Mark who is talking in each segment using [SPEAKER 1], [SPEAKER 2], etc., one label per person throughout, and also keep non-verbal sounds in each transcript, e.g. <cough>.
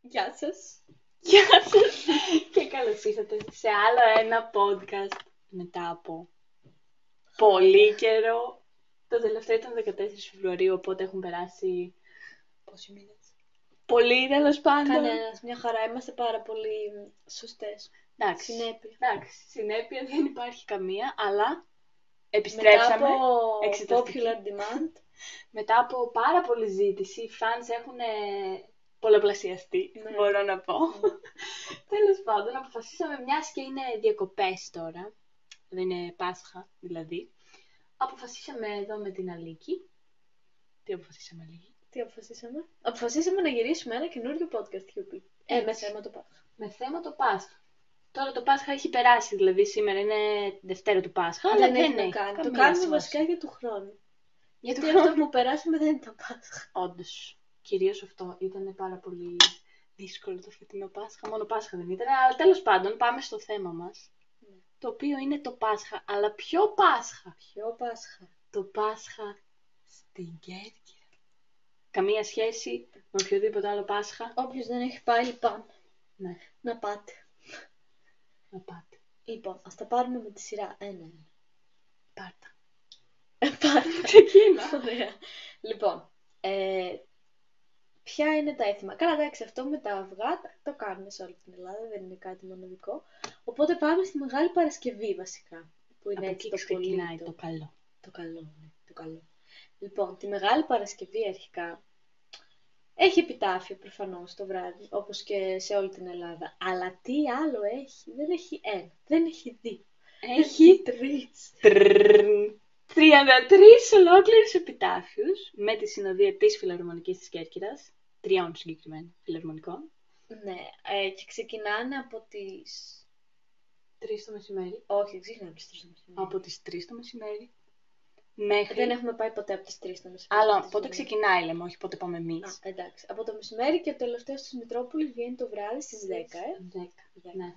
[SPEAKER 1] Γεια σας. Γεια σας. Και καλώς ήρθατε σε άλλο ένα podcast μετά από πολύ καιρό. Το τελευταίο ήταν 14 Φεβρουαρίου, οπότε έχουν περάσει
[SPEAKER 2] Πόσοι μήνες.
[SPEAKER 1] πολύ τέλος πάντων.
[SPEAKER 2] Κανένας, μια χαρά. Είμαστε πάρα πολύ σωστές.
[SPEAKER 1] Εντάξει,
[SPEAKER 2] Συνέπεια.
[SPEAKER 1] εντάξει, συνέπεια δεν υπάρχει καμία, αλλά
[SPEAKER 2] Μετά
[SPEAKER 1] επιστρέψαμε.
[SPEAKER 2] από
[SPEAKER 1] εξεταστική.
[SPEAKER 2] popular demand.
[SPEAKER 1] Μετά από πάρα πολλή ζήτηση, οι fans έχουν ε, πολλαπλασιαστεί,
[SPEAKER 2] Ναι.
[SPEAKER 1] μπορώ να
[SPEAKER 2] <laughs>
[SPEAKER 1] πω. Τέλος πάντων, αποφασίσαμε, μιας και είναι διακοπές τώρα, δεν είναι Πάσχα δηλαδή, αποφασίσαμε εδώ με την Αλίκη. Τι αποφασίσαμε, Αλίκη?
[SPEAKER 2] Τι αποφασίσαμε. Αποφασίσαμε να γυρίσουμε ένα καινούριο podcast, Κιούπι. Ε, με
[SPEAKER 1] Έτσι.
[SPEAKER 2] θέμα το Πάσχα.
[SPEAKER 1] Με θέμα το Πάσχα. Τώρα το Πάσχα έχει περάσει, δηλαδή σήμερα είναι Δευτέρα του Πάσχα, αλλά δεν
[SPEAKER 2] ναι, να
[SPEAKER 1] έχει
[SPEAKER 2] κάνει. Το
[SPEAKER 1] καμία
[SPEAKER 2] κάνουμε
[SPEAKER 1] σημασία.
[SPEAKER 2] βασικά για του χρόνου.
[SPEAKER 1] Για
[SPEAKER 2] Γιατί αυτό που περάσαμε δεν ήταν Πάσχα.
[SPEAKER 1] Όντως, κυρίως αυτό ήταν πάρα πολύ δύσκολο το φετινό Πάσχα. Μόνο Πάσχα δεν ήταν, αλλά τέλος πάντων πάμε στο θέμα μας.
[SPEAKER 2] Ναι.
[SPEAKER 1] Το οποίο είναι το Πάσχα, αλλά ποιο Πάσχα.
[SPEAKER 2] Ποιο Πάσχα.
[SPEAKER 1] Το Πάσχα στην Κέρκυρα. Καμία σχέση με οποιοδήποτε άλλο Πάσχα.
[SPEAKER 2] Όποιος δεν έχει πάει, λοιπόν,
[SPEAKER 1] Ναι,
[SPEAKER 2] να πάτε.
[SPEAKER 1] να πάτε.
[SPEAKER 2] Λοιπόν, ας τα πάρουμε με τη σειρά. Ένα-ένα.
[SPEAKER 1] Πάρτα.
[SPEAKER 2] <laughs> Πάρτε.
[SPEAKER 1] Ξεκίνα.
[SPEAKER 2] Ωραία. Λοιπόν, ε, ποια είναι τα έθιμα. Καλά, εντάξει, αυτό με τα αυγά τα- το κάνουμε σε όλη την Ελλάδα, δεν είναι κάτι μοναδικό. Οπότε πάμε στη Μεγάλη Παρασκευή βασικά, που είναι
[SPEAKER 1] Από
[SPEAKER 2] έτσι
[SPEAKER 1] εκεί
[SPEAKER 2] το πολύ
[SPEAKER 1] ξεκινάει
[SPEAKER 2] το,
[SPEAKER 1] το καλό.
[SPEAKER 2] το καλό. ναι, το καλό. Λοιπόν, τη Μεγάλη Παρασκευή αρχικά έχει επιτάφιο προφανώς το βράδυ, όπως και σε όλη την Ελλάδα. Αλλά τι άλλο έχει, δεν έχει ένα, δεν έχει δύο, έχει τρεις.
[SPEAKER 1] Τρρρρρν. 33 ολόκληρους επιτάφιους με τη συνοδεία της Φιλαρμονικής της Κέρκυρας, τριών συγκεκριμένα φιλαρμονικών.
[SPEAKER 2] Ναι, ε, και ξεκινάνε από τις
[SPEAKER 1] 3 το μεσημέρι.
[SPEAKER 2] Όχι, δεν ξεκινάμε
[SPEAKER 1] Από
[SPEAKER 2] από τι 3 το μεσημέρι. Ε,
[SPEAKER 1] τις 3 το μεσημέρι μέχρι...
[SPEAKER 2] Ναι. Δεν έχουμε πάει ποτέ από τι 3 το μεσημέρι.
[SPEAKER 1] Άλλο,
[SPEAKER 2] Τις
[SPEAKER 1] πότε
[SPEAKER 2] δύο.
[SPEAKER 1] ξεκινάει λέμε, όχι πότε πάμε εμείς.
[SPEAKER 2] Α, εντάξει. Από το μεσημέρι και ο τελευταίο τη Μητρόπολη βγαίνει το βράδυ στι 10. Ε.
[SPEAKER 1] 10.
[SPEAKER 2] Δέκα,
[SPEAKER 1] Ναι.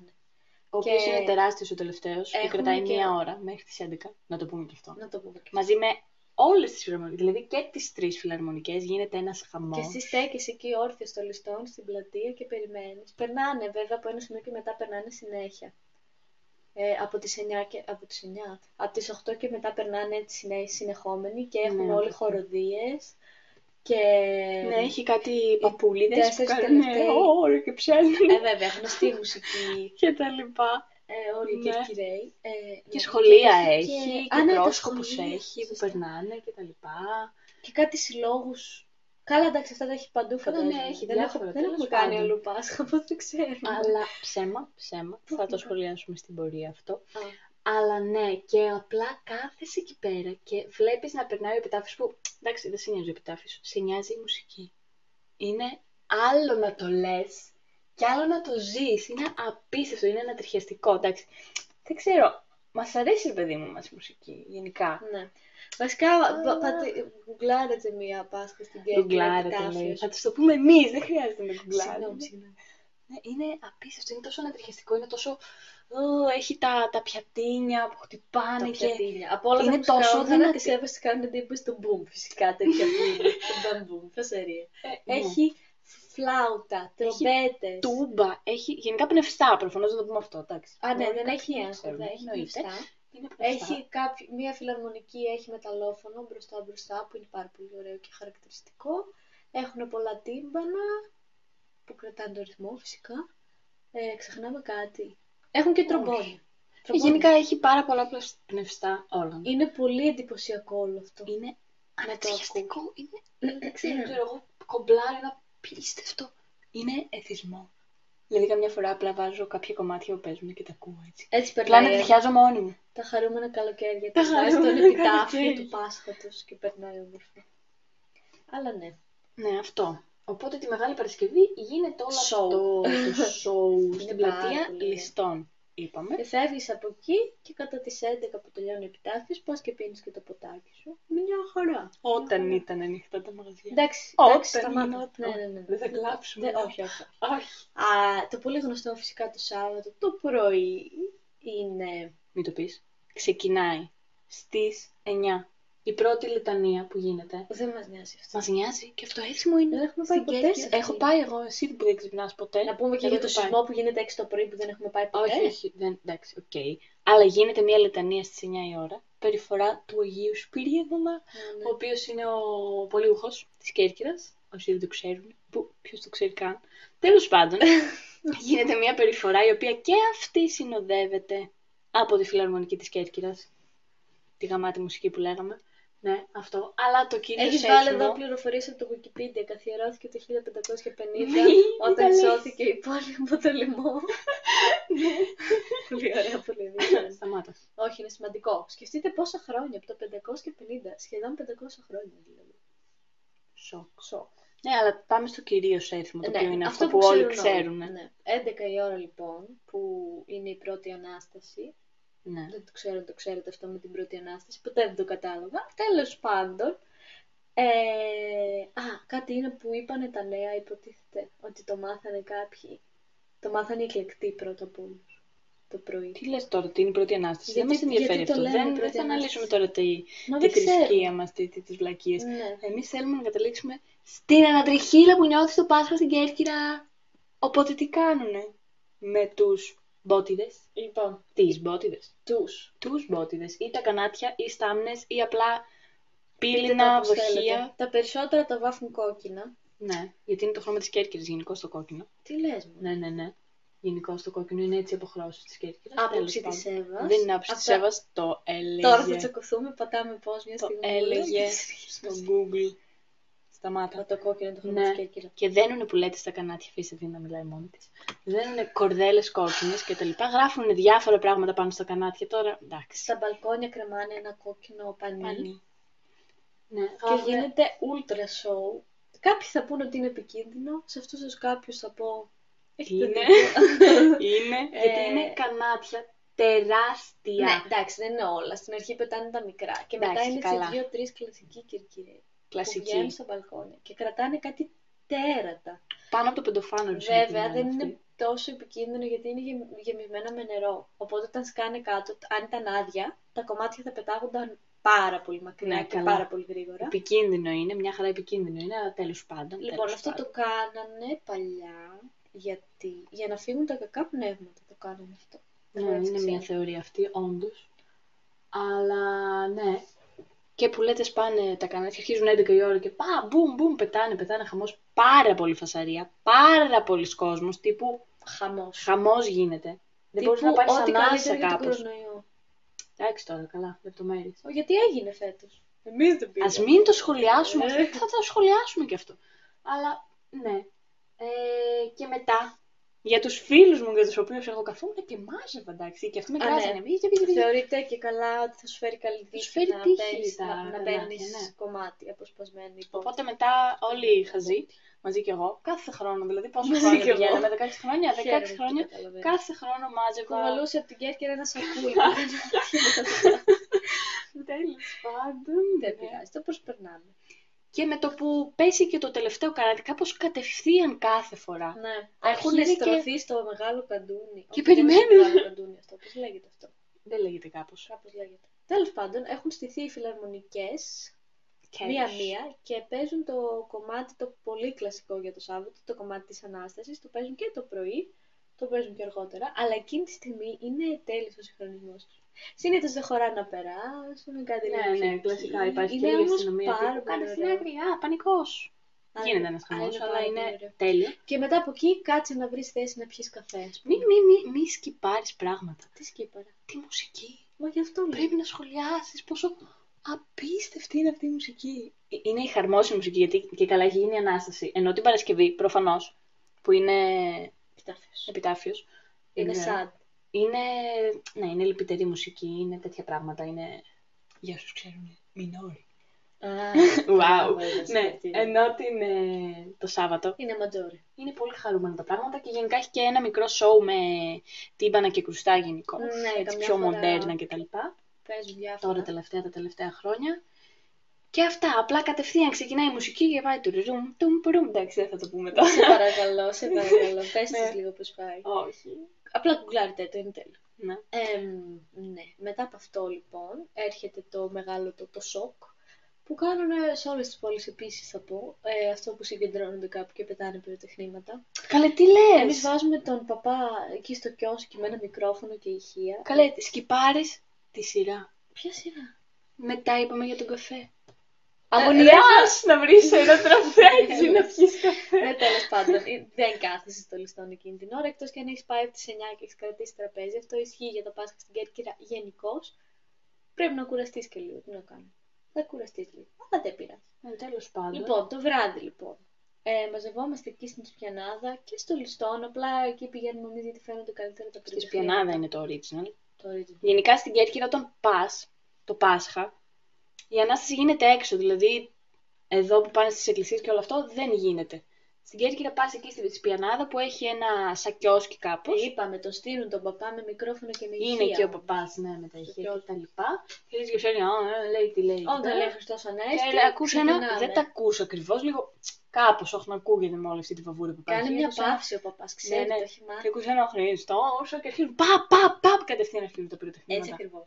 [SPEAKER 1] Ο οποίος
[SPEAKER 2] Και-
[SPEAKER 1] είναι τεράστιος ο τελευταίος και
[SPEAKER 2] Έχουμε
[SPEAKER 1] κρατάει
[SPEAKER 2] και- Ναι.
[SPEAKER 1] μία ώρα μέχρι τις 11. Να το πούμε και αυτό.
[SPEAKER 2] Να το πούμε και.
[SPEAKER 1] Μαζί με όλες τις φιλαρμονικές, δηλαδή και τις τρεις φιλαρμονικές γίνεται ένας
[SPEAKER 2] Και
[SPEAKER 1] χαμός.
[SPEAKER 2] εσύ στέκεσαι εκεί όρθιος στο ληστόν στην πλατεία και περιμένεις. Περνάνε βέβαια από ένα σημείο και μετά περνάνε συνέχεια. Ε, από τις 9 και, από τις 9, από τις 8 και μετά περνάνε έτσι συνέ- συνεχόμενοι και έχουν
[SPEAKER 1] Ναι,
[SPEAKER 2] όλοι
[SPEAKER 1] αυτό.
[SPEAKER 2] χοροδίες και...
[SPEAKER 1] Ναι, έχει κάτι παππούλιδες που
[SPEAKER 2] Ε, τέσσερις
[SPEAKER 1] κάνουν
[SPEAKER 2] τελευταίοι.
[SPEAKER 1] όρο ναι, και ψέλνουν
[SPEAKER 2] Ε, βέβαια, γνωστή μουσική
[SPEAKER 1] και τα λοιπά.
[SPEAKER 2] ε, όλοι οι
[SPEAKER 1] Ναι.
[SPEAKER 2] Κερκυραίοι. Ε,
[SPEAKER 1] Και
[SPEAKER 2] ναι,
[SPEAKER 1] σχολεία
[SPEAKER 2] και
[SPEAKER 1] έχει, και,
[SPEAKER 2] Α, ναι, τα
[SPEAKER 1] πρόσκοπους
[SPEAKER 2] σχολεία,
[SPEAKER 1] έχει που
[SPEAKER 2] σωστά.
[SPEAKER 1] περνάνε και τα λοιπά.
[SPEAKER 2] Και κάτι συλλόγους. Καλά, εντάξει, αυτά τα έχει παντού
[SPEAKER 1] Καλά, ναι,
[SPEAKER 2] φαντάζομαι.
[SPEAKER 1] έχει
[SPEAKER 2] δεν, έχω,
[SPEAKER 1] διάφορα,
[SPEAKER 2] δεν
[SPEAKER 1] τέλος
[SPEAKER 2] έχουμε κάνει
[SPEAKER 1] πάντων.
[SPEAKER 2] άλλο Πάσχα, οπότε δεν ξέρουμε.
[SPEAKER 1] Αλλά ψέμα, ψέμα, θα το
[SPEAKER 2] Ναι.
[SPEAKER 1] σχολιάσουμε στην πορεία αυτό.
[SPEAKER 2] Α,
[SPEAKER 1] Αλλά ναι, και απλά κάθεσαι εκεί πέρα και βλέπεις να περνάει ο επιτάφιος που, εντάξει, δεν σε νοιάζει ο επιτάφιος, σε νοιάζει η μουσική. Είναι άλλο να το λες και άλλο να το ζεις. Είναι απίστευτο, είναι ανατριχιαστικό, εντάξει. Δεν ξέρω, μας αρέσει, ρε παιδί μου, μας η μουσική, γενικά.
[SPEAKER 2] ναι. Βασικά,
[SPEAKER 1] Αλλά-
[SPEAKER 2] πάτε, γκουγκλάρετε μία Πάσχα στην Κέρκυρα.
[SPEAKER 1] Γκουγκλάρετε,
[SPEAKER 2] επιτάφιος.
[SPEAKER 1] λέει. Θα τους το πούμε εμείς, δεν χρειάζεται να
[SPEAKER 2] Συγγνώμη,
[SPEAKER 1] γκουγκλάρετε.
[SPEAKER 2] συγγνώμη.
[SPEAKER 1] Ναι, είναι απίστευτο, είναι τόσο ανατριχιαστικό, είναι τόσο... Ω, έχει τα, τα πιατίνια που χτυπάνε
[SPEAKER 2] Τα
[SPEAKER 1] και...
[SPEAKER 2] πιατίνια. Από όλα
[SPEAKER 1] είναι
[SPEAKER 2] τα μουσικά
[SPEAKER 1] τόσο
[SPEAKER 2] όργανα
[SPEAKER 1] δυνατή.
[SPEAKER 2] της έβασης κάνουν εντύπωση τον μπουμ, φυσικά, τέτοια που είναι. Τον μπαμπούμ, φασαρία.
[SPEAKER 1] ναι.
[SPEAKER 2] Έχει φλάουτα, τρομπέτες.
[SPEAKER 1] Τούμπα, έχει γενικά πνευστά προφανώς, να το πούμε αυτό, εντάξει.
[SPEAKER 2] Α, ναι,
[SPEAKER 1] Μπορεί
[SPEAKER 2] δεν
[SPEAKER 1] κάποιοι
[SPEAKER 2] έχει
[SPEAKER 1] να το
[SPEAKER 2] έγχορδα,
[SPEAKER 1] ξέρουν,
[SPEAKER 2] έχει
[SPEAKER 1] εννοείται.
[SPEAKER 2] πνευστά.
[SPEAKER 1] Είναι πνευστά. Ε,
[SPEAKER 2] Έχει κάποιο, μία φιλαρμονική έχει μεταλλόφωνο μπροστά μπροστά που είναι πάρα πολύ ωραίο και χαρακτηριστικό. Έχουν πολλά τύμπανα που κρατάνε το ρυθμό φυσικά. Ε, ξεχνάμε κάτι. Έχουν και τρομπόνι.
[SPEAKER 1] Όχι. Ε, Γενικά έχει πάρα πολλά πλασ- πνευστά όλων.
[SPEAKER 2] είναι πολύ εντυπωσιακό όλο αυτό.
[SPEAKER 1] Είναι
[SPEAKER 2] ακούω.
[SPEAKER 1] ανατριχιαστικό, είναι... Δεν ξέρω, ξέρω εγώ, κομπλάρι, ένα πίστευτο. Είναι εθισμό. Δηλαδή καμιά φορά απλά βάζω κάποια κομμάτια που παίζουν και τα ακούω έτσι.
[SPEAKER 2] Έτσι
[SPEAKER 1] Απλά
[SPEAKER 2] περνάει
[SPEAKER 1] ανατριχιάζω μόνη μου.
[SPEAKER 2] τα χαρούμενα καλοκαίρια.
[SPEAKER 1] Τα
[SPEAKER 2] Τα βάζει τον
[SPEAKER 1] χαρούμενα
[SPEAKER 2] επιτάφιο
[SPEAKER 1] καλοκαίρια.
[SPEAKER 2] του Πάσχατος και περνάει όμορφα. Αλλά ναι.
[SPEAKER 1] Ναι, αυτό. Οπότε τη Μεγάλη Παρασκευή γίνεται όλο
[SPEAKER 2] Show.
[SPEAKER 1] αυτό
[SPEAKER 2] <laughs>
[SPEAKER 1] το show
[SPEAKER 2] Είναι
[SPEAKER 1] στην
[SPEAKER 2] πάρα
[SPEAKER 1] πλατεία
[SPEAKER 2] πολύ, ναι.
[SPEAKER 1] ληστών, είπαμε.
[SPEAKER 2] Και φεύγεις από εκεί και κατά τις 11 που τελειώνει ο επιτάφιος πας και πίνεις και το ποτάκι σου. Μια χαρά.
[SPEAKER 1] Όταν
[SPEAKER 2] Μια χαρά.
[SPEAKER 1] ήταν ανοιχτά τα μαγαζιά.
[SPEAKER 2] Εντάξει,
[SPEAKER 1] Όταν
[SPEAKER 2] εντάξει, σταμάτα.
[SPEAKER 1] γινόταν.
[SPEAKER 2] Ναι, ναι, ναι.
[SPEAKER 1] Δεν θα κλάψουμε.
[SPEAKER 2] Δεν- όχι, όχι.
[SPEAKER 1] Όχι.
[SPEAKER 2] Α, το πολύ γνωστό φυσικά το Σάββατο το πρωί είναι
[SPEAKER 1] Μην το πεις. Ξεκινάει στις 9 η πρώτη λιτανία που γίνεται.
[SPEAKER 2] Δεν μας νοιάζει αυτό.
[SPEAKER 1] Μας νοιάζει και αυτό έθιμο είναι.
[SPEAKER 2] Δεν έχουμε πάει
[SPEAKER 1] Στην
[SPEAKER 2] ποτέ
[SPEAKER 1] Κέρκυρα.
[SPEAKER 2] σε αυτή.
[SPEAKER 1] Έχω πάει εγώ, εσύ που δεν ξυπνάς ποτέ.
[SPEAKER 2] Να πούμε και
[SPEAKER 1] Ναι. Εγώ
[SPEAKER 2] για
[SPEAKER 1] το
[SPEAKER 2] το
[SPEAKER 1] πάει.
[SPEAKER 2] σεισμό που γίνεται 6 το πρωί που δεν έχουμε πάει ποτέ.
[SPEAKER 1] Όχι, όχι, δεν, εντάξει, οκ. Αλλά γίνεται μια λιτανία στις 9 η ώρα, περιφορά του Αγίου Σπυρίδωνα,
[SPEAKER 2] Ναι, ναι.
[SPEAKER 1] ο οποίος είναι ο πολύουχος της Κέρκυρας, όσοι δεν το ξέρουν, που ποιος το ξέρει καν. Τέλος
[SPEAKER 2] <laughs>
[SPEAKER 1] πάντων, γίνεται μια περιφορά η οποία και αυτή συνοδεύεται από τη φιλαρμονική της Κέρκυρας, τη γαμάτη μουσική που λέγαμε. Ναι, αυτό. Αλλά το κύριο
[SPEAKER 2] Έχεις
[SPEAKER 1] σεισμό-
[SPEAKER 2] βάλει εδώ πληροφορίες από το Wikipedia. Καθιερώθηκε το 1550
[SPEAKER 1] Ναι,
[SPEAKER 2] όταν
[SPEAKER 1] Ιταλία.
[SPEAKER 2] σώθηκε η πόλη από το λαιμό.
[SPEAKER 1] Ναι.
[SPEAKER 2] πολύ ωραία, ναι. πολύ
[SPEAKER 1] <laughs>
[SPEAKER 2] ενδιαφέρον.
[SPEAKER 1] Σταμάτα.
[SPEAKER 2] Όχι, είναι σημαντικό. Σκεφτείτε πόσα χρόνια, από το 550, σχεδόν 500 χρόνια δηλαδή.
[SPEAKER 1] Σοκ.
[SPEAKER 2] Σοκ.
[SPEAKER 1] Ναι, αλλά πάμε στο κυρίως έθιμο, το
[SPEAKER 2] Ναι,
[SPEAKER 1] οποίο είναι αυτό, που, όλοι ξέρουν.
[SPEAKER 2] Ναι. 11 η ώρα λοιπόν, που είναι η πρώτη Ανάσταση,
[SPEAKER 1] Ναι.
[SPEAKER 2] Δεν το ξέρω αν το ξέρετε αυτό με την πρώτη ανάσταση. Ποτέ δεν το κατάλαβα. Τέλος πάντων. Ε, α, κάτι είναι που είπανε τα νέα, υποτίθεται, ότι το μάθανε κάποιοι. Το μάθανε οι εκλεκτοί πρώτα απ' όλους το πρωί.
[SPEAKER 1] Τι λες τώρα, τι είναι η πρώτη ανάσταση.
[SPEAKER 2] Γιατί-
[SPEAKER 1] δεν μας ενδιαφέρει
[SPEAKER 2] γιατί το
[SPEAKER 1] αυτό.
[SPEAKER 2] λέμε
[SPEAKER 1] δεν, δεν
[SPEAKER 2] πρώτη
[SPEAKER 1] θα αναλύσουμε
[SPEAKER 2] ανάσταση.
[SPEAKER 1] τώρα τη,
[SPEAKER 2] Μα
[SPEAKER 1] τη
[SPEAKER 2] δεν ξέρω.
[SPEAKER 1] θρησκεία μας, τι, τι, τις βλακίες.
[SPEAKER 2] Ναι.
[SPEAKER 1] Εμείς θέλουμε να καταλήξουμε στην ανατριχίλα που νιώθεις το Πάσχα στην Κέρκυρα. Οπότε τι κάνουνε με τους μπότιδες,
[SPEAKER 2] Λοιπόν,
[SPEAKER 1] τις μπότιδες,
[SPEAKER 2] τους.
[SPEAKER 1] τους μπότιδες, ή τα κανάτια, ή στάμνε, ή απλά
[SPEAKER 2] Πείτε τα
[SPEAKER 1] πύληνα,
[SPEAKER 2] όπως
[SPEAKER 1] βοχεία.
[SPEAKER 2] θέλετε. Τα περισσότερα τα βάφουν κόκκινα.
[SPEAKER 1] Ναι, γιατί είναι το χρώμα της Κέρκυρας γενικώ το κόκκινο.
[SPEAKER 2] Τι λες μου.
[SPEAKER 1] Ναι, ναι, ναι. Γενικώ το κόκκινο είναι έτσι αποχρώσεις της Κέρκυρας.
[SPEAKER 2] Άποψη της Εύας.
[SPEAKER 1] Δεν είναι άποψη τη
[SPEAKER 2] Αυτά-
[SPEAKER 1] Εύας, το έλεγε.
[SPEAKER 2] Τώρα θα τσακωθούμε, πατάμε πώς μια
[SPEAKER 1] Το
[SPEAKER 2] στιγμή.
[SPEAKER 1] έλεγε στο Google.
[SPEAKER 2] Μα
[SPEAKER 1] Σταμάτα.
[SPEAKER 2] το κόκκινο το χρώμα
[SPEAKER 1] Ναι.
[SPEAKER 2] της Κέρκυρας.
[SPEAKER 1] Και δένουνε που λέτε στα κανάτια, αφήστε την να μιλάει μόνη της. Δένουνε κορδέλες κόκκινες κτλ. Γράφουν διάφορα πράγματα πάνω στα κανάτια τώρα. Εντάξει.
[SPEAKER 2] Στα μπαλκόνια κρεμάνε ένα κόκκινο πανί.
[SPEAKER 1] Πάλι. Ναι,
[SPEAKER 2] και
[SPEAKER 1] γράφουνε-
[SPEAKER 2] γίνεται ultra show. Κάποιοι θα πούνε ότι είναι επικίνδυνο, σε αυτούς τους κάποιους θα πω... έχετε
[SPEAKER 1] Είναι. <laughs>
[SPEAKER 2] δίκιο.
[SPEAKER 1] είναι. γιατί
[SPEAKER 2] Ε,
[SPEAKER 1] είναι κανάτια τεράστια.
[SPEAKER 2] ναι, εντάξει, δεν είναι όλα. Στην αρχή πετάνε τα μικρά και μετά
[SPEAKER 1] Εντάξει,
[SPEAKER 2] είναι
[SPEAKER 1] καλά.
[SPEAKER 2] σε δύο-τρει κλασικοί κυρκυρέ που βγαίνουν
[SPEAKER 1] Κλασική.
[SPEAKER 2] στα μπαλκόνια και κρατάνε κάτι τέρατα.
[SPEAKER 1] Πάνω από το πεντοφάνο
[SPEAKER 2] Βέβαια, δεν είναι τόσο επικίνδυνο γιατί είναι γεμι- γεμισμένα με νερό. Οπότε όταν σκάνε κάτω, αν ήταν άδεια, τα κομμάτια θα πετάγονταν πάρα πολύ μακριά
[SPEAKER 1] Ναι,
[SPEAKER 2] και
[SPEAKER 1] καλά.
[SPEAKER 2] πάρα πολύ γρήγορα.
[SPEAKER 1] Επικίνδυνο είναι, μια χαρά επικίνδυνο είναι, αλλά τέλος πάντων.
[SPEAKER 2] Λοιπόν,
[SPEAKER 1] τέλος
[SPEAKER 2] αυτό
[SPEAKER 1] πάντων.
[SPEAKER 2] το κάνανε παλιά γιατί για να φύγουν τα κακά πνεύματα το κάνανε αυτό. Εγώ
[SPEAKER 1] Ναι,
[SPEAKER 2] έτσι
[SPEAKER 1] είναι
[SPEAKER 2] ξέρω.
[SPEAKER 1] μια θεωρία αυτή, όντως. Αλλά ναι. Και που λέτε σπάνε τα κανάλια, αρχίζουν 11 η ώρα και πα, μπουμ, μπουμ, πετάνε, πετάνε χαμός. Πάρα πολύ φασαρία. Πάρα πολλοί κόσμος. Τύπου
[SPEAKER 2] Χαμός.
[SPEAKER 1] χαμός γίνεται. Δεν μπορείς να
[SPEAKER 2] Τύπου
[SPEAKER 1] πάρεις
[SPEAKER 2] ό,τι
[SPEAKER 1] ανάσα
[SPEAKER 2] καλύτερο για τον
[SPEAKER 1] κάπως.
[SPEAKER 2] κορονοϊό.
[SPEAKER 1] Εντάξει τώρα, καλά, λεπτομέρειες.
[SPEAKER 2] Ω, Γιατί έγινε φέτος. Εμείς δεν πήγαμε.
[SPEAKER 1] Ας μην το σχολιάσουμε
[SPEAKER 2] Ε.
[SPEAKER 1] αυτό, θα το σχολιάσουμε κι αυτό. Αλλά ναι. Ε, και μετά, για τους φίλους μου για τους οποίους εγώ καθόμουν και μάζευα, εντάξει, και αυτοί με
[SPEAKER 2] Α, ναι.
[SPEAKER 1] κράζανε. Πήγε, πήγε, πήγε.
[SPEAKER 2] Θεωρείται και καλά ότι θα σου φέρει καλή τύχη
[SPEAKER 1] σου φέρει
[SPEAKER 2] να
[SPEAKER 1] τύχη
[SPEAKER 2] παίρνεις-
[SPEAKER 1] τα
[SPEAKER 2] να, να
[SPEAKER 1] γαλάζια,
[SPEAKER 2] παίρνεις
[SPEAKER 1] ναι.
[SPEAKER 2] κομμάτι αποσπασμένο λοιπόν. υπόψη.
[SPEAKER 1] Οπότε μετά όλοι οι χαζοί, μαζί και εγώ, κάθε χρόνο, δηλαδή πόσο
[SPEAKER 2] Μαζί
[SPEAKER 1] χρόνο
[SPEAKER 2] κι εγώ.
[SPEAKER 1] πηγαίναμε, 16 χρόνια, 16
[SPEAKER 2] Χαίρομαι που το
[SPEAKER 1] χρόνια,
[SPEAKER 2] καταλαβαίνεις.
[SPEAKER 1] κάθε χρόνο μάζευα.
[SPEAKER 2] Κουβαλούσε από την Κέρκυρα ένα
[SPEAKER 1] <laughs>
[SPEAKER 2] σακούλι.
[SPEAKER 1] Τέλος πάντων.
[SPEAKER 2] Δεν
[SPEAKER 1] ναι.
[SPEAKER 2] πειράζει, το προσπερνάμε.
[SPEAKER 1] Και με το που πέσει και το τελευταίο καράτη, κάπως κατευθείαν κάθε φορά.
[SPEAKER 2] Ναι.
[SPEAKER 1] Αρχίζει
[SPEAKER 2] Έχουν
[SPEAKER 1] και-
[SPEAKER 2] στρωθεί στο μεγάλο καντούνι.
[SPEAKER 1] Και
[SPEAKER 2] Όχι, δεν είναι στο
[SPEAKER 1] περιμένουν.
[SPEAKER 2] Μεγάλο καντούνι αυτό. Πώς λέγεται αυτό.
[SPEAKER 1] Δεν λέγεται κάπως.
[SPEAKER 2] Κάπως λέγεται. Τέλος πάντων, έχουν στηθεί οι φιλαρμονικές μία-μία και παίζουν το κομμάτι το πολύ κλασικό για το Σάββατο, το κομμάτι της Ανάστασης, το παίζουν και το πρωί, το παίζουν και αργότερα, αλλά εκείνη τη στιγμή είναι τέλειος ο συγχρονισμός τους. Συνήθως δεν χωρά να περάσουν, κάτι
[SPEAKER 1] Ναι,
[SPEAKER 2] λίγο
[SPEAKER 1] ναι,
[SPEAKER 2] μουσική.
[SPEAKER 1] κλασικά υπάρχει
[SPEAKER 2] είναι
[SPEAKER 1] και η
[SPEAKER 2] όμως
[SPEAKER 1] αστυνομία.
[SPEAKER 2] πάρα
[SPEAKER 1] τύπου, Κάντε
[SPEAKER 2] πολύ
[SPEAKER 1] στην
[SPEAKER 2] ωραίο.
[SPEAKER 1] άκρη, α, πανικός.
[SPEAKER 2] Αλλά-
[SPEAKER 1] Γίνεται ένας
[SPEAKER 2] αλλά
[SPEAKER 1] χαμός, αλλά
[SPEAKER 2] πάρα πολύ
[SPEAKER 1] είναι
[SPEAKER 2] ωραίο.
[SPEAKER 1] τέλειο.
[SPEAKER 2] Και μετά από εκεί κάτσε να βρεις θέση να πιεις καφές. ας πούμε.
[SPEAKER 1] Μη, μη, μη, μη σκυπάρεις πράγματα.
[SPEAKER 2] Τι σκύπαρα.
[SPEAKER 1] Τη μουσική.
[SPEAKER 2] Μα γι' αυτό λέω.
[SPEAKER 1] πρέπει να σχολιάσεις πόσο απίστευτη είναι αυτή η μουσική. Ε, Είναι η χαρμόσυνη μουσική, γιατί και καλά έχει γίνει η Ανάσταση. Ενώ την Παρασκευή, προφανώς, που είναι Ε,
[SPEAKER 2] Επιτάφιος.
[SPEAKER 1] επιτάφιος,
[SPEAKER 2] Είναι
[SPEAKER 1] είναι-
[SPEAKER 2] sad.
[SPEAKER 1] είναι, ναι, είναι λυπητερή μουσική, είναι τέτοια πράγματα, είναι... Για όσους ξέρουν, μινόρι. Wow. ναι, ενώ την, ε, το Σάββατο
[SPEAKER 2] Είναι ματζόρι.
[SPEAKER 1] είναι πολύ χαρούμενα τα πράγματα και γενικά έχει και ένα μικρό σοου με τύμπανα και κρουστά γενικώ.
[SPEAKER 2] Ναι,
[SPEAKER 1] έτσι
[SPEAKER 2] καμιά
[SPEAKER 1] πιο
[SPEAKER 2] φορά-
[SPEAKER 1] μοντέρνα κτλ.
[SPEAKER 2] Παίζουν διάφορα.
[SPEAKER 1] τώρα τελευταία, τα τελευταία χρόνια. Και αυτά, απλά κατευθείαν ξεκινάει η μουσική και πάει του ρουρουμ, τουμ, πουρούμ. Εντάξει, δεν θα το πούμε τώρα.
[SPEAKER 2] Σε παρακαλώ, σε παρακαλώ. Πες
[SPEAKER 1] Ναι.
[SPEAKER 2] της λίγο πώς πάει.
[SPEAKER 1] Όχι.
[SPEAKER 2] Απλά γκουγκλάρετε το, είναι τέλειο.
[SPEAKER 1] Ναι.
[SPEAKER 2] Εμ, ναι. Μετά από αυτό λοιπόν έρχεται το μεγάλο το, το σοκ που κάνουν σε όλες τις πόλεις επίσης θα πω, ε, αυτό που συγκεντρώνονται κάπου και πετάνε πυροτεχνήματα.
[SPEAKER 1] Καλέ, τι
[SPEAKER 2] Εμείς
[SPEAKER 1] λες!
[SPEAKER 2] βάζουμε τον παπά εκεί στο κιόσκι με ένα μικρόφωνο και ηχεία.
[SPEAKER 1] Καλέ, σκυπάρεις τη σειρά.
[SPEAKER 2] Ποια σειρά?
[SPEAKER 1] Μετά είπαμε για τον καφέ.
[SPEAKER 2] Ε,
[SPEAKER 1] Ε,
[SPEAKER 2] Αγωνιά!
[SPEAKER 1] να βρεις ένα τραπέζι να πιεις καφέ.
[SPEAKER 2] Ναι, τέλο πάντων, ε, δεν κάθεσαι στο λιστόν εκείνη την ώρα, εκτό και αν έχει πάει από τι 9 και έχει κρατήσει τραπέζι. Αυτό ισχύει για τα Πάσχα στην Κέρκυρα γενικώ. Πρέπει να κουραστεί και λίγο. Τι να κάνω. Θα κουραστεί λίγο. Αλλά δεν πειράζει.
[SPEAKER 1] Ε, τέλος πάντων.
[SPEAKER 2] Λοιπόν, το βράδυ λοιπόν. Ε, μαζευόμαστε εκεί στην Σπιανάδα και στο Λιστόν. Απλά εκεί πηγαίνουμε εμεί γιατί φαίνονται καλύτερα τα
[SPEAKER 1] Στη
[SPEAKER 2] πρωτοχρονιά.
[SPEAKER 1] Σπιανάδα είναι το original.
[SPEAKER 2] Το original.
[SPEAKER 1] Γενικά στην Κέρκυρα όταν πας, το Πάσχα, η Ανάσταση γίνεται έξω. Δηλαδή, εδώ που πάνε στις εκκλησίες και όλο αυτό δεν γίνεται. Στην Κέρκυρα πας εκεί στη Σπιανάδα που έχει ένα σακιόσκι κάπως.
[SPEAKER 2] Ε, Είπαμε, το στείλουν τον παπά με μικρόφωνο και με
[SPEAKER 1] Είναι
[SPEAKER 2] ηχεία.
[SPEAKER 1] και ο παπάς, ναι, με τα ηχεία και τα λοιπά. Και λες και ξέρει, «Α, ε, λέει τι λέει.
[SPEAKER 2] Όταν
[SPEAKER 1] Ναι.
[SPEAKER 2] λέει Χριστός Ανέστη.
[SPEAKER 1] Και λέει, ακούς ένα,
[SPEAKER 2] ξεκινάμε.
[SPEAKER 1] δεν τα ακούς ακριβώς, λίγο κάπως όχι να ακούγεται με όλη αυτή τη βαβούρα που υπάρχει.
[SPEAKER 2] Κάνει μια
[SPEAKER 1] Ακούς ένα-
[SPEAKER 2] παύση ο παπάς, ξέρει
[SPEAKER 1] Ναι, ναι.
[SPEAKER 2] το έχει μάθει.
[SPEAKER 1] Και ακούς ένα χρήστο, όσο και αρχίζουν πα, πα, πα, κατευθείαν αρχίζουν τα
[SPEAKER 2] Έτσι
[SPEAKER 1] πυροτεχνήματα.
[SPEAKER 2] ακριβώ.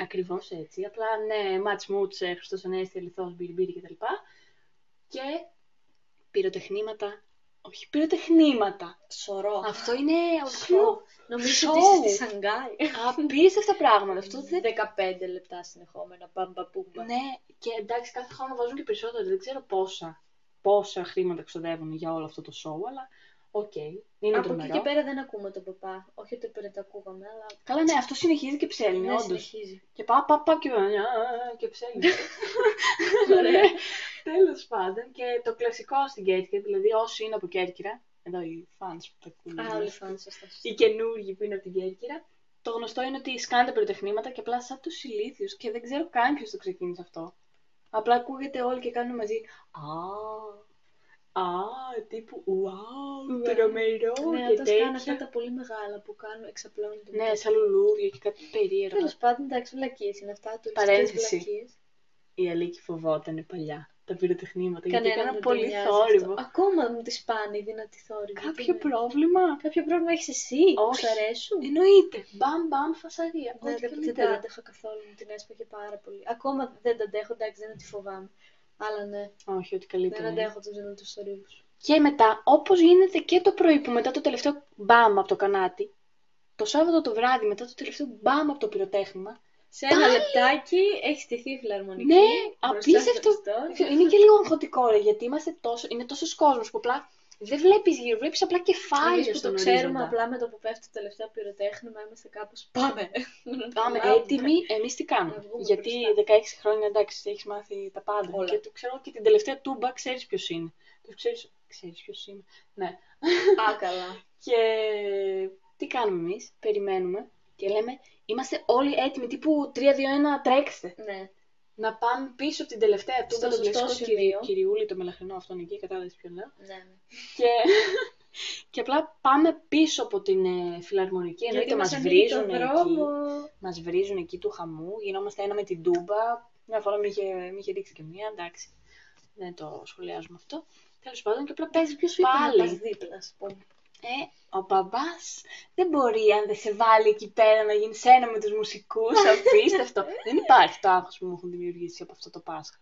[SPEAKER 1] Ακριβώς έτσι, απλά ναι, μάτς μούτσε, Χριστός Ανέστη, αληθώς, μπιριμπίρι και τα λοιπά. Και πυροτεχνήματα, όχι πυροτεχνήματα.
[SPEAKER 2] Σωρό.
[SPEAKER 1] Αυτό είναι ολόκληρο
[SPEAKER 2] Σωρό. Νομίζω
[SPEAKER 1] Σοου.
[SPEAKER 2] ότι είσαι στη Σανγκάη.
[SPEAKER 1] απίστευτα πράγματα. Αυτό δεν
[SPEAKER 2] 15 λεπτά συνεχόμενα. Μπαμπα μπούμπα.
[SPEAKER 1] Ναι, και εντάξει, κάθε χρόνο βάζουν και περισσότερο. Δεν ξέρω πόσα, πόσα χρήματα ξοδεύουν για όλο αυτό το show, αλλά οκ. είναι
[SPEAKER 2] Από εκεί
[SPEAKER 1] τρομερό.
[SPEAKER 2] και πέρα δεν ακούμε τον παπά. Όχι ότι πριν τα ακούγαμε, αλλά.
[SPEAKER 1] Καλά, ναι, αυτό συνεχίζει και ψέλνει,
[SPEAKER 2] Ναι,
[SPEAKER 1] όντως.
[SPEAKER 2] συνεχίζει.
[SPEAKER 1] <laughs> Και πά, πά, πά και, και ψέλνει. Ναι.
[SPEAKER 2] Ωραία.
[SPEAKER 1] Τέλος πάντων, και το κλασικό στην Κέρκυρα, δηλαδή όσοι είναι από Κέρκυρα, εδώ οι fans που τα ακούνε,
[SPEAKER 2] Α, όλοι φάνε, σωστά. σωστά.
[SPEAKER 1] οι καινούργοι που είναι από την Κέρκυρα, το γνωστό είναι ότι σκάνε τα πυροτεχνήματα και απλά σαν τους ηλίθιους και δεν ξέρω καν ποιος το ξεκίνησε αυτό. Απλά ακούγεται όλοι και κάνουν μαζί. Α, α, τύπου wow,
[SPEAKER 2] Wow.
[SPEAKER 1] τρομερό
[SPEAKER 2] Ναι,
[SPEAKER 1] και
[SPEAKER 2] όταν σκάνε αυτά
[SPEAKER 1] τέτοια.
[SPEAKER 2] τα πολύ μεγάλα που κάνουν, εξαπλώνουν τον
[SPEAKER 1] Ναι, σαν λουλούδια και κάτι περίεργα.
[SPEAKER 2] Τέλος πάντων, εντάξει, βλακίες είναι αυτά. Τουριστικές
[SPEAKER 1] Παρένθεση.
[SPEAKER 2] βλακίες.
[SPEAKER 1] Η Αλίκη φοβόταν παλιά τα πυροτεχνήματα γιατί
[SPEAKER 2] Κανένα
[SPEAKER 1] έκανα
[SPEAKER 2] δεν
[SPEAKER 1] πολύ
[SPEAKER 2] πολύ
[SPEAKER 1] θόρυβο.
[SPEAKER 2] Ακόμα μου τη σπάνει η δυνατή θόρυβη. Τι
[SPEAKER 1] Κάποιο
[SPEAKER 2] είναι.
[SPEAKER 1] πρόβλημα.
[SPEAKER 2] Κάποιο πρόβλημα έχεις εσύ που
[SPEAKER 1] Όχι.
[SPEAKER 2] σου αρέσουν.
[SPEAKER 1] Εννοείται. Μπαμ, μπαμ, φασαρία.
[SPEAKER 2] Ναι,
[SPEAKER 1] Ό,τι
[SPEAKER 2] δεν, δεν τα
[SPEAKER 1] καλύτερα.
[SPEAKER 2] άντεχα καθόλου, μου την έσπαγε πάρα πολύ. Ακόμα δεν τα αντέχω, εντάξει, δεν τη φοβάμαι. Αλλά ναι,
[SPEAKER 1] Όχι, ό,τι
[SPEAKER 2] δεν
[SPEAKER 1] καλύτερα. είναι.
[SPEAKER 2] αντέχω του δυνατού θορύβους.
[SPEAKER 1] Και μετά, όπως γίνεται και το πρωί που μετά το τελευταίο μπαμ από το κανάτι, το Σάββατο το βράδυ μετά το τελευταίο μπαμ από το πυροτέχνημα,
[SPEAKER 2] Σε ένα λεπτάκι έχει στηθεί η φιλαρμονική.
[SPEAKER 1] Ναι,
[SPEAKER 2] μπροστά στο
[SPEAKER 1] απίστευτο.
[SPEAKER 2] Χριστός.
[SPEAKER 1] είναι και λίγο αγχωτικό, ρε, γιατί είμαστε τόσο, είναι τόσος κόσμος που απλά δεν βλέπεις γύρω, βλέπεις απλά
[SPEAKER 2] Εμείς
[SPEAKER 1] κεφάλια
[SPEAKER 2] που
[SPEAKER 1] στον
[SPEAKER 2] το
[SPEAKER 1] ορίζοντα.
[SPEAKER 2] ξέρουμε απλά με το που πέφτει το τελευταίο πυροτέχνημα, είμαστε κάπως πάμε.
[SPEAKER 1] Πάμε
[SPEAKER 2] Πάμε. Ε,
[SPEAKER 1] έτοιμοι, εμείς τι
[SPEAKER 2] Να
[SPEAKER 1] κάνουμε.
[SPEAKER 2] βγούμε
[SPEAKER 1] Γιατί
[SPEAKER 2] μπροστά.
[SPEAKER 1] 16 χρόνια εντάξει, έχεις μάθει τα πάντα.
[SPEAKER 2] Όλα.
[SPEAKER 1] Και το ξέρω και την τελευταία τούμπα ξέρεις ποιος είναι. Το ξέρεις, ξέρεις ποιος είναι. Ναι.
[SPEAKER 2] Άκαλα.
[SPEAKER 1] Και τι κάνουμε εμείς, περιμένουμε και λέμε είμαστε όλοι έτοιμοι. Τύπου 3-2-1, τρέξτε.
[SPEAKER 2] Ναι,
[SPEAKER 1] Να πάμε πίσω από την τελευταία του
[SPEAKER 2] Στο
[SPEAKER 1] τον
[SPEAKER 2] σωστό
[SPEAKER 1] κλασικό
[SPEAKER 2] σημείο.
[SPEAKER 1] κυρι, κυριούλη, το μελαχρινό αυτόν εκεί, κατάλαβες ποιον λέω.
[SPEAKER 2] ναι. ναι.
[SPEAKER 1] Και, <laughs> και απλά πάμε πίσω από την ε, φιλαρμονική. Εννοείται μας
[SPEAKER 2] μας ανοίγει
[SPEAKER 1] βρίζουν
[SPEAKER 2] τον
[SPEAKER 1] εκεί.
[SPEAKER 2] δρόμο.
[SPEAKER 1] Μας βρίζουν εκεί του χαμού. Γινόμαστε ένα με την τούμπα. Μια φορά με είχε, με είχε ρίξει και μία, εντάξει. Δεν το σχολιάζουμε αυτό. Τέλος πάντων, και απλά παίζει ποιο
[SPEAKER 2] Πάλι.
[SPEAKER 1] πάλι.
[SPEAKER 2] Πας δίπλα, ας πούμε.
[SPEAKER 1] Ε, ο μπαμπάς δεν μπορεί αν δεν σε βάλει εκεί πέρα να γίνει ένα με τους μουσικούς, <laughs> απίστευτο. δεν υπάρχει το άγχος που μου έχουν δημιουργήσει από αυτό το Πάσχα.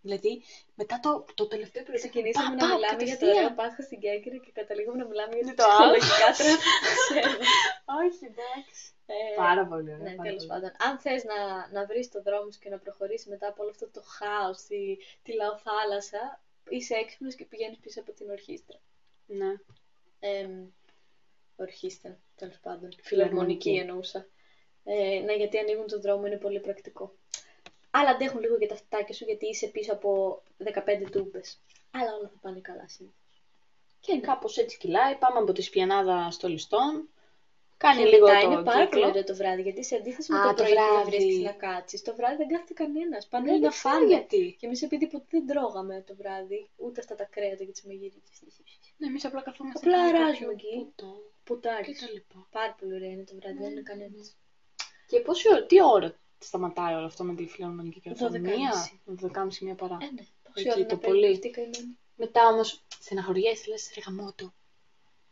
[SPEAKER 1] Δηλαδή, μετά το, το τελευταίο που
[SPEAKER 2] Ξεκινήσαμε να μιλάμε για το ωραίο Πάσχα στην Κέρκυρα και καταλήγουμε να μιλάμε για
[SPEAKER 1] Είναι
[SPEAKER 2] τα
[SPEAKER 1] το άλλο. <laughs>
[SPEAKER 2] ψυχολογικά τραύματα.
[SPEAKER 1] Όχι, εντάξει.
[SPEAKER 2] Ε,
[SPEAKER 1] Πάρα πολύ ωραία.
[SPEAKER 2] Ναι,
[SPEAKER 1] πάρα
[SPEAKER 2] τέλος
[SPEAKER 1] πολύ.
[SPEAKER 2] πάντων. Αν θες να, να βρεις το δρόμο σου και να προχωρήσεις μετά από όλο αυτό το χάος, τη, τη λαοθάλασσα, είσαι έξυπνος και πηγαίνεις πίσω από την ορχήστρα.
[SPEAKER 1] Ναι.
[SPEAKER 2] Εμ, ορχήστρα, τέλος πάντων.
[SPEAKER 1] Φιλαρμονική.
[SPEAKER 2] Φιλαρμονική εννοούσα. Ε, ναι, γιατί ανοίγουν τον δρόμο, είναι πολύ πρακτικό. Αλλά αντέχουν λίγο και τα φτάκια σου γιατί είσαι πίσω από 15 τούμπε. Αλλά όλα θα πάνε καλά σήμερα. Και ναι.
[SPEAKER 1] Κάπως έτσι κυλάει, πάμε από τη Σπιανάδα στο Λιστόν. Κάνει
[SPEAKER 2] Και
[SPEAKER 1] λίγο
[SPEAKER 2] μετά
[SPEAKER 1] το
[SPEAKER 2] είναι πάρα πολύ
[SPEAKER 1] κύκλο.
[SPEAKER 2] ωραίο το βράδυ, γιατί σε αντίθεση
[SPEAKER 1] Α,
[SPEAKER 2] με
[SPEAKER 1] το
[SPEAKER 2] το, πρωί που
[SPEAKER 1] βράδυ.
[SPEAKER 2] δεν βρίσκει να κάτσεις, το βράδυ δεν κάθεται κανένας. Πάνε
[SPEAKER 1] Ναι,
[SPEAKER 2] όλοι να
[SPEAKER 1] δεν ξέρω
[SPEAKER 2] φάνε.
[SPEAKER 1] γιατί.
[SPEAKER 2] Και εμείς επειδή ποτέ δεν τρώγαμε το βράδυ, ούτε αυτά τα κρέατα και τις μαγειρικέ.
[SPEAKER 1] Ναι, εμείς απλά καθόμαστε.
[SPEAKER 2] Απλά
[SPEAKER 1] κάνουμε κάποιο
[SPEAKER 2] αράζουμε εκεί.
[SPEAKER 1] ποτό Και
[SPEAKER 2] Πουτάκι.
[SPEAKER 1] τα λοιπά.
[SPEAKER 2] Πάρα πολύ ωραία είναι το βράδυ, δεν είναι κανένα.
[SPEAKER 1] Και πόση ώρα, τι ώρα σταματάει όλο αυτό με τη φιλαρμονική
[SPEAKER 2] Δωδεκάμιση.
[SPEAKER 1] καινοτομία. 12.30 μία παρά.
[SPEAKER 2] Ε, ναι.
[SPEAKER 1] Εκεί
[SPEAKER 2] Πόση ώρα
[SPEAKER 1] το
[SPEAKER 2] να
[SPEAKER 1] πολύ.
[SPEAKER 2] παίρνει αυτή η καημένη.
[SPEAKER 1] Μετά όμως στεναχωριέσαι, λες ρε γαμότο.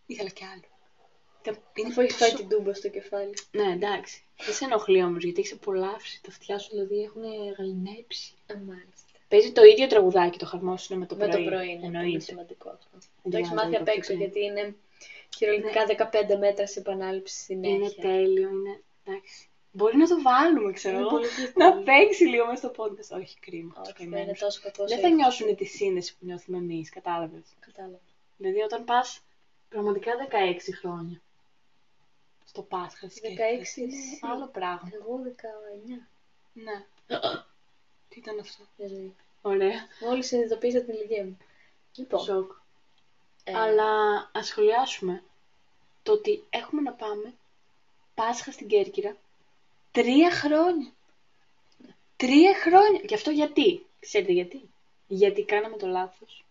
[SPEAKER 1] Ήθελα κι άλλο. Ήταν- είναι
[SPEAKER 2] Αφού έχει
[SPEAKER 1] τόσο-
[SPEAKER 2] φάει την τούμπα στο κεφάλι.
[SPEAKER 1] Ναι, εντάξει. Δεν σε ενοχλεί όμως γιατί έχεις απολαύσει. Τα αυτιά σου δηλαδή έχουν γαλινέψει.
[SPEAKER 2] Α, Ε, μάλιστα.
[SPEAKER 1] Παίζει το ίδιο τραγουδάκι το χαρμόσυνο με το
[SPEAKER 2] με
[SPEAKER 1] πρωί.
[SPEAKER 2] το πρωί είναι πολύ
[SPEAKER 1] Εννοείται.
[SPEAKER 2] σημαντικό αυτό. Το
[SPEAKER 1] Ενδιαφέρον
[SPEAKER 2] έχεις μάθει Ναι.
[SPEAKER 1] το
[SPEAKER 2] απ' έξω
[SPEAKER 1] πρωί.
[SPEAKER 2] γιατί είναι χειρολογικά 15 μέτρα σε επανάληψη
[SPEAKER 1] Είναι
[SPEAKER 2] συνέχεια.
[SPEAKER 1] τέλειο, είναι. Εντάξει. Μπορεί να το βάλουμε, ξέρω
[SPEAKER 2] Είναι
[SPEAKER 1] εγώ.
[SPEAKER 2] πολύ γλυκό.
[SPEAKER 1] Να παίξει λίγο μέσα στο podcast. Όχι, κρίμα. τους
[SPEAKER 2] Όχι, θα είναι
[SPEAKER 1] καημένους.
[SPEAKER 2] τόσο κακός.
[SPEAKER 1] Δεν θα νιώσουν τη σύνδεση που νιώθουμε εμείς, κατάλαβες.
[SPEAKER 2] Κατάλαβα.
[SPEAKER 1] Δηλαδή, όταν πας πραγματικά 16 χρόνια στο Πάσχα, σκέφτεσαι,
[SPEAKER 2] 16
[SPEAKER 1] είναι
[SPEAKER 2] εσύ.
[SPEAKER 1] άλλο πράγμα.
[SPEAKER 2] Εγώ 19.
[SPEAKER 1] <coughs> Ναι. Τι ήταν αυτό.
[SPEAKER 2] Δηλαδή.
[SPEAKER 1] Ωραία.
[SPEAKER 2] Μόλις συνειδητοποίησα την ηλικία μου. Λοιπόν.
[SPEAKER 1] Σοκ.
[SPEAKER 2] ε,
[SPEAKER 1] Αλλά ας σχολιάσουμε το ότι έχουμε να πάμε Πάσχα στην Κέρκυρα τρία χρόνια. Τρία χρόνια. Και αυτό γιατί. Ξέρετε γιατί. Γιατί κάναμε το
[SPEAKER 2] <laughs>
[SPEAKER 1] λάθος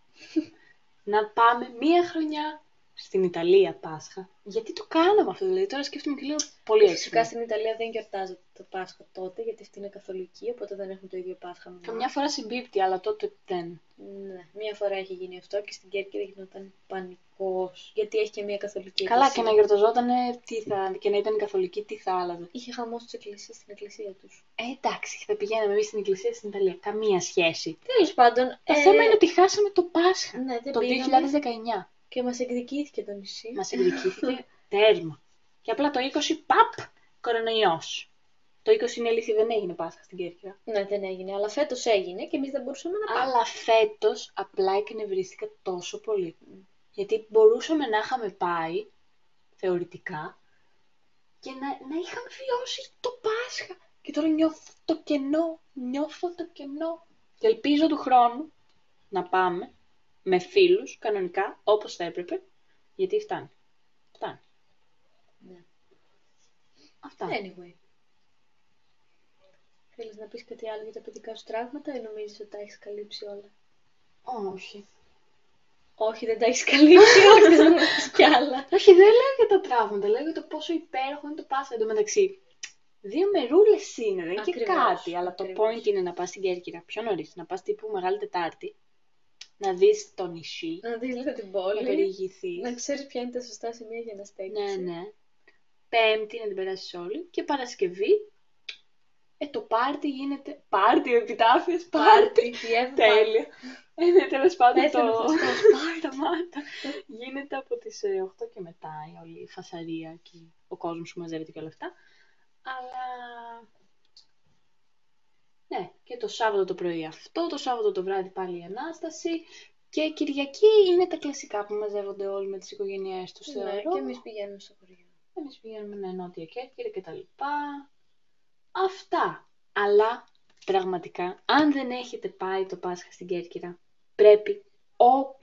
[SPEAKER 1] να πάμε μία χρονιά στην Ιταλία Πάσχα. Γιατί το κάναμε αυτό. Δηλαδή τώρα σκέφτομαι και λέω πολύ έτσι.
[SPEAKER 2] Φυσικά στην Ιταλία δεν γιορτάζεται το Πάσχα τότε γιατί αυτή είναι καθολική, οπότε δεν έχουν το ίδιο Πάσχα με εμάς.
[SPEAKER 1] Καμιά φορά συμπίπτει, αλλά τότε δεν.
[SPEAKER 2] Ναι, μία φορά έχει γίνει αυτό και στην Κέρκυρα γινόταν πανικός. Γιατί έχει και μία καθολική
[SPEAKER 1] Καλά, και να
[SPEAKER 2] εκκλησία.
[SPEAKER 1] γιορταζόταν τι θα, και να ήταν καθολική, τι θα άλλαζε.
[SPEAKER 2] Είχε χαμός της εκκλησίας στην εκκλησία τους.
[SPEAKER 1] Ε, εντάξει, θα πηγαίναμε εμείς στην εκκλησία στην Ιταλία. Καμία σχέση.
[SPEAKER 2] Τέλος πάντων.
[SPEAKER 1] Το θέμα είναι ότι χάσαμε το Πάσχα
[SPEAKER 2] Ναι, Ε, δεν
[SPEAKER 1] το
[SPEAKER 2] πήγαμε
[SPEAKER 1] 2019.
[SPEAKER 2] και μας εκδικήθηκε το νησί.
[SPEAKER 1] Μας
[SPEAKER 2] <laughs>
[SPEAKER 1] εκδικήθηκε τέρμα. Και απλά το 20, παπ, κορονοϊός. Το 20 είναι αλήθεια, δεν έγινε Πάσχα στην Κέρκυρα.
[SPEAKER 2] Ναι, δεν έγινε, αλλά φέτος έγινε και εμείς δεν μπορούσαμε να πάμε.
[SPEAKER 1] Αλλά φέτος απλά εκνευρίστηκα τόσο πολύ. Γιατί μπορούσαμε να είχαμε πάει, θεωρητικά, και να, να είχαμε βιώσει το Πάσχα. Και τώρα νιώθω το κενό, νιώθω το κενό. Και ελπίζω του χρόνου να πάμε με φίλους, κανονικά, όπως θα έπρεπε, γιατί φτάνει. Φτάνει.
[SPEAKER 2] Ναι. Ε,
[SPEAKER 1] Αυτά.
[SPEAKER 2] Anyway. Θέλεις να πεις κάτι άλλο για τα παιδικά σου τραύματα ή νομίζεις ότι τα έχεις καλύψει όλα.
[SPEAKER 1] Όχι.
[SPEAKER 2] Όχι, δεν τα έχεις καλύψει όλα. <laughs> Δεν έχεις κι άλλα.
[SPEAKER 1] Όχι, δεν λέω για τα τραύματα, λέω για το πόσο υπέροχο είναι το Πάσχα. Εν τω μεταξύ, δύο μερούλες είναι, δεν είναι και
[SPEAKER 2] Ακριβώς,
[SPEAKER 1] κάτι. Αλλά το
[SPEAKER 2] ακριβώς.
[SPEAKER 1] point είναι να πας στην Κέρκυρα πιο νωρίς, να πας τύπου Μεγάλη Τετάρτη, να δεις το νησί,
[SPEAKER 2] Να δεις λίγο την
[SPEAKER 1] να
[SPEAKER 2] πόλη.
[SPEAKER 1] περιηγηθείς.
[SPEAKER 2] Να ξέρεις ποια είναι τα σωστά σημεία για να στέκει.
[SPEAKER 1] Ναι, ναι. Πέμπτη να την περάσεις όλη και Παρασκευή. Ε, το πάρτι γίνεται. Πάρτι, επιτάφιε, πάρτι.
[SPEAKER 2] Πάρτι, Κιέβ,
[SPEAKER 1] Τέλεια. Ε, ναι, τέλος πάντων το.
[SPEAKER 2] Πέθανε ο
[SPEAKER 1] <laughs>
[SPEAKER 2] Χριστός.
[SPEAKER 1] Μάρτα, Μάρτα. Γίνεται από τις 8 και μετά η όλη η φασαρία και ο κόσμος που μαζεύεται και όλα αυτά. Αλλά. Ναι, και το Σάββατο το πρωί αυτό, το Σάββατο το βράδυ πάλι η Ανάσταση. Και Κυριακή είναι τα κλασικά που μαζεύονται όλοι με τις οικογένειές τους,
[SPEAKER 2] Ναι,
[SPEAKER 1] θεωρώ.
[SPEAKER 2] και εμείς πηγαίνουμε στο χωριό.
[SPEAKER 1] Εμείς πηγαίνουμε με νότια Κέρκυρα και τα λοιπά. Αυτά. Αλλά πραγματικά, αν δεν έχετε πάει το Πάσχα στην Κέρκυρα, πρέπει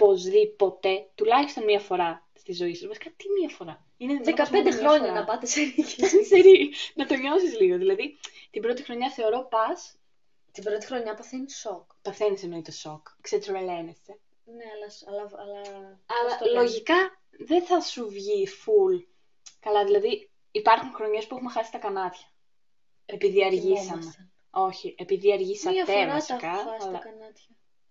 [SPEAKER 1] οπωσδήποτε, τουλάχιστον μία φορά στη ζωή σας. Βασικά, τι μία φορά. Είναι
[SPEAKER 2] 15
[SPEAKER 1] μόνο μία
[SPEAKER 2] χρόνια
[SPEAKER 1] φορά. <laughs>
[SPEAKER 2] να πάτε <laughs> σε νίκη.
[SPEAKER 1] Ξέρει, να το νιώσεις λίγο. Δηλαδή, την πρώτη χρονιά θεωρώ πας,
[SPEAKER 2] Την πρώτη χρονιά παθαίνει σοκ.
[SPEAKER 1] παθαίνεις εννοείται σοκ, ξετρελαίνεσαι.
[SPEAKER 2] Ναι, αλλά. αλλά, αλλά, πώς το
[SPEAKER 1] Αλλά
[SPEAKER 2] λένε.
[SPEAKER 1] λογικά δεν θα σου βγει full. Καλά, δηλαδή υπάρχουν χρονιές που έχουμε χάσει τα κανάτια. Επειδή αργήσαμε.
[SPEAKER 2] Κοιμόμασταν.
[SPEAKER 1] Όχι, επειδή
[SPEAKER 2] Μία
[SPEAKER 1] αργήσατε
[SPEAKER 2] φορά τα
[SPEAKER 1] βασικά.
[SPEAKER 2] έχω χάσει τα
[SPEAKER 1] αλλά...
[SPEAKER 2] κανάτια.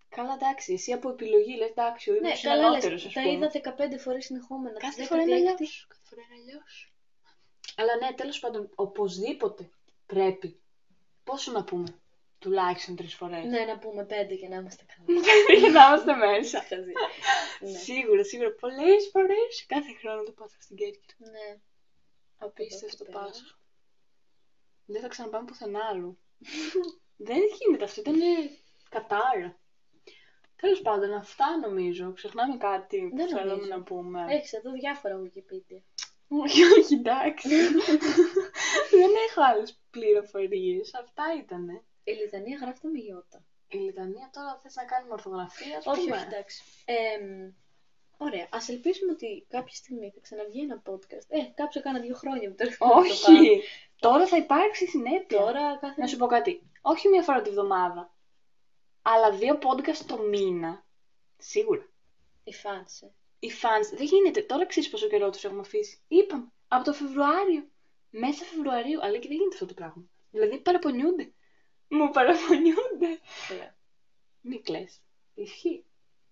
[SPEAKER 1] Καλά, εντάξει, εσύ από επιλογή λες, εντάξει, ο ήμουν
[SPEAKER 2] Ναι,
[SPEAKER 1] ναι,
[SPEAKER 2] καλά λες,
[SPEAKER 1] ας
[SPEAKER 2] τα
[SPEAKER 1] πούμε.
[SPEAKER 2] είδα 15 φορές συνεχόμενα.
[SPEAKER 1] Κάθε
[SPEAKER 2] Την
[SPEAKER 1] φορά είναι
[SPEAKER 2] 16η.
[SPEAKER 1] αλλιώς. Κάθε φορά είναι αλλιώς. Αλλά ναι, τέλος πάντων, οπωσδήποτε πρέπει. Πόσο να πούμε, τουλάχιστον τρεις φορές.
[SPEAKER 2] Ναι, να πούμε 5 για να είμαστε καλά.
[SPEAKER 1] Για <laughs> να είμαστε <laughs> μέσα.
[SPEAKER 2] Χαζή. ναι.
[SPEAKER 1] Σίγουρα, σίγουρα, πολλές φορές, κάθε χρόνο το Πάσχα στην Κέρκυρα.
[SPEAKER 2] ναι.
[SPEAKER 1] Απίστευτο
[SPEAKER 2] Εδώ και
[SPEAKER 1] Πάσχα. Δεν θα ξαναπάμε πουθενά
[SPEAKER 2] <laughs>
[SPEAKER 1] άλλο. Δεν γίνεται αυτό, ήταν κατάρα. Τέλος πάντων, αυτά νομίζω. Ξεχνάμε κάτι που
[SPEAKER 2] Δεν
[SPEAKER 1] θέλαμε
[SPEAKER 2] νομίζω. Ε,
[SPEAKER 1] να πούμε.
[SPEAKER 2] Έχεις εδώ διάφορα Wikipedia.
[SPEAKER 1] <laughs> Όχι, όχι, εντάξει.
[SPEAKER 2] <laughs>
[SPEAKER 1] Δεν έχω άλλες πληροφορίες. Αυτά ήταν.
[SPEAKER 2] Η λιτανία γράφεται με γιώτα.
[SPEAKER 1] Η Λιτανία τώρα θες να κάνουμε ορθογραφία, ας
[SPEAKER 2] Όχι,
[SPEAKER 1] πούμε.
[SPEAKER 2] όχι, εντάξει. Εμ, ωραία, ας ελπίσουμε ότι κάποια στιγμή θα ξαναβγεί ένα podcast. Ε, κάψω κάνα δύο χρόνια με το <laughs> το πάμε.
[SPEAKER 1] Όχι. Τώρα θα υπάρξει συνέπεια.
[SPEAKER 2] Τώρα κάθε...
[SPEAKER 1] Να σου πω κάτι. Όχι μία φορά τη βδομάδα, αλλά δύο podcast το μήνα. Σίγουρα.
[SPEAKER 2] Η φάνησε.
[SPEAKER 1] οι fans δεν γίνεται. Τώρα ξέρεις πόσο καιρό τους έχουμε αφήσει. Είπαμε. Από το Φεβρουάριο. Μέσα Φεβρουαρίου. Αλλά και δεν γίνεται αυτό το πράγμα. Δηλαδή παραπονιούνται. Μου παραπονιούνται. Μη κλε. Ισχύει.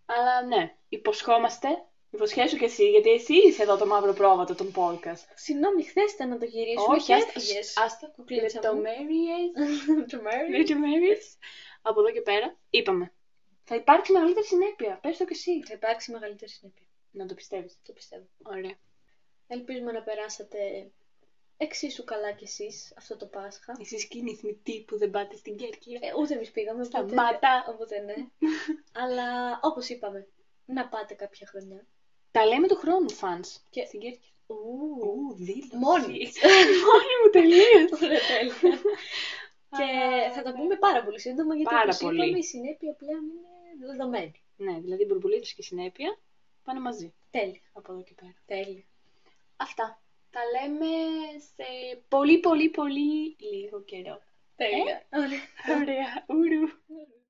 [SPEAKER 1] Αλλά ναι, υποσχόμαστε. Υποσχέσου κι εσύ, γιατί εσύ είσαι εδώ το μαύρο πρόβατο των podcast.
[SPEAKER 2] Συγγνώμη, χθες ήταν να το γυρίσουμε.
[SPEAKER 1] Όχι,
[SPEAKER 2] και έφυγες.
[SPEAKER 1] άστα.
[SPEAKER 2] Κουκλίτσα μου.
[SPEAKER 1] Λεπτομέρειε.
[SPEAKER 2] <laughs> Το Mary.
[SPEAKER 1] Λεπτομέρειε. από εδώ και πέρα, είπαμε. Θα υπάρξει μεγαλύτερη συνέπεια. Πες το κι εσύ.
[SPEAKER 2] Θα υπάρξει μεγαλύτερη συνέπεια.
[SPEAKER 1] Να το πιστεύεις.
[SPEAKER 2] Το πιστεύω.
[SPEAKER 1] Ωραία.
[SPEAKER 2] Ελπίζουμε να περάσατε εξίσου καλά κι εσείς αυτό το Πάσχα.
[SPEAKER 1] Εσείς και οι νηθμητοί που δεν πάτε στην Κέρκυρα.
[SPEAKER 2] Ε, ούτε εμείς πήγαμε. οπότε-
[SPEAKER 1] Σταμάτα.
[SPEAKER 2] Οπότε ναι. Αλλά όπως είπαμε, να πάτε κάποια χρονιά.
[SPEAKER 1] Τα λέμε του χρόνου, φανς.
[SPEAKER 2] Και-
[SPEAKER 1] Στην Κέρκυρα.
[SPEAKER 2] Ου,
[SPEAKER 1] Ου, δήλωση.
[SPEAKER 2] Μόνη.
[SPEAKER 1] <laughs>
[SPEAKER 2] <laughs>
[SPEAKER 1] Μόνη μου τελείως.
[SPEAKER 2] Ωραία, τέλεια. Και θα τα πούμε πάρα πολύ σύντομα γιατί
[SPEAKER 1] Πάρα
[SPEAKER 2] όπως
[SPEAKER 1] πολύ.
[SPEAKER 2] είπαμε η συνέπεια πλέον είναι δεδομένη.
[SPEAKER 1] Ναι, δηλαδή μπουρμπουλίδες και συνέπεια πάνε μαζί
[SPEAKER 2] Τέλεια.
[SPEAKER 1] από εδώ και πέρα.
[SPEAKER 2] Τέλεια.
[SPEAKER 1] Αυτά. Τα λέμε σε πολύ πολύ πολύ λίγο καιρό. Ε?
[SPEAKER 2] Τέλεια. Ωραία.
[SPEAKER 1] Ωραία. Ούρου.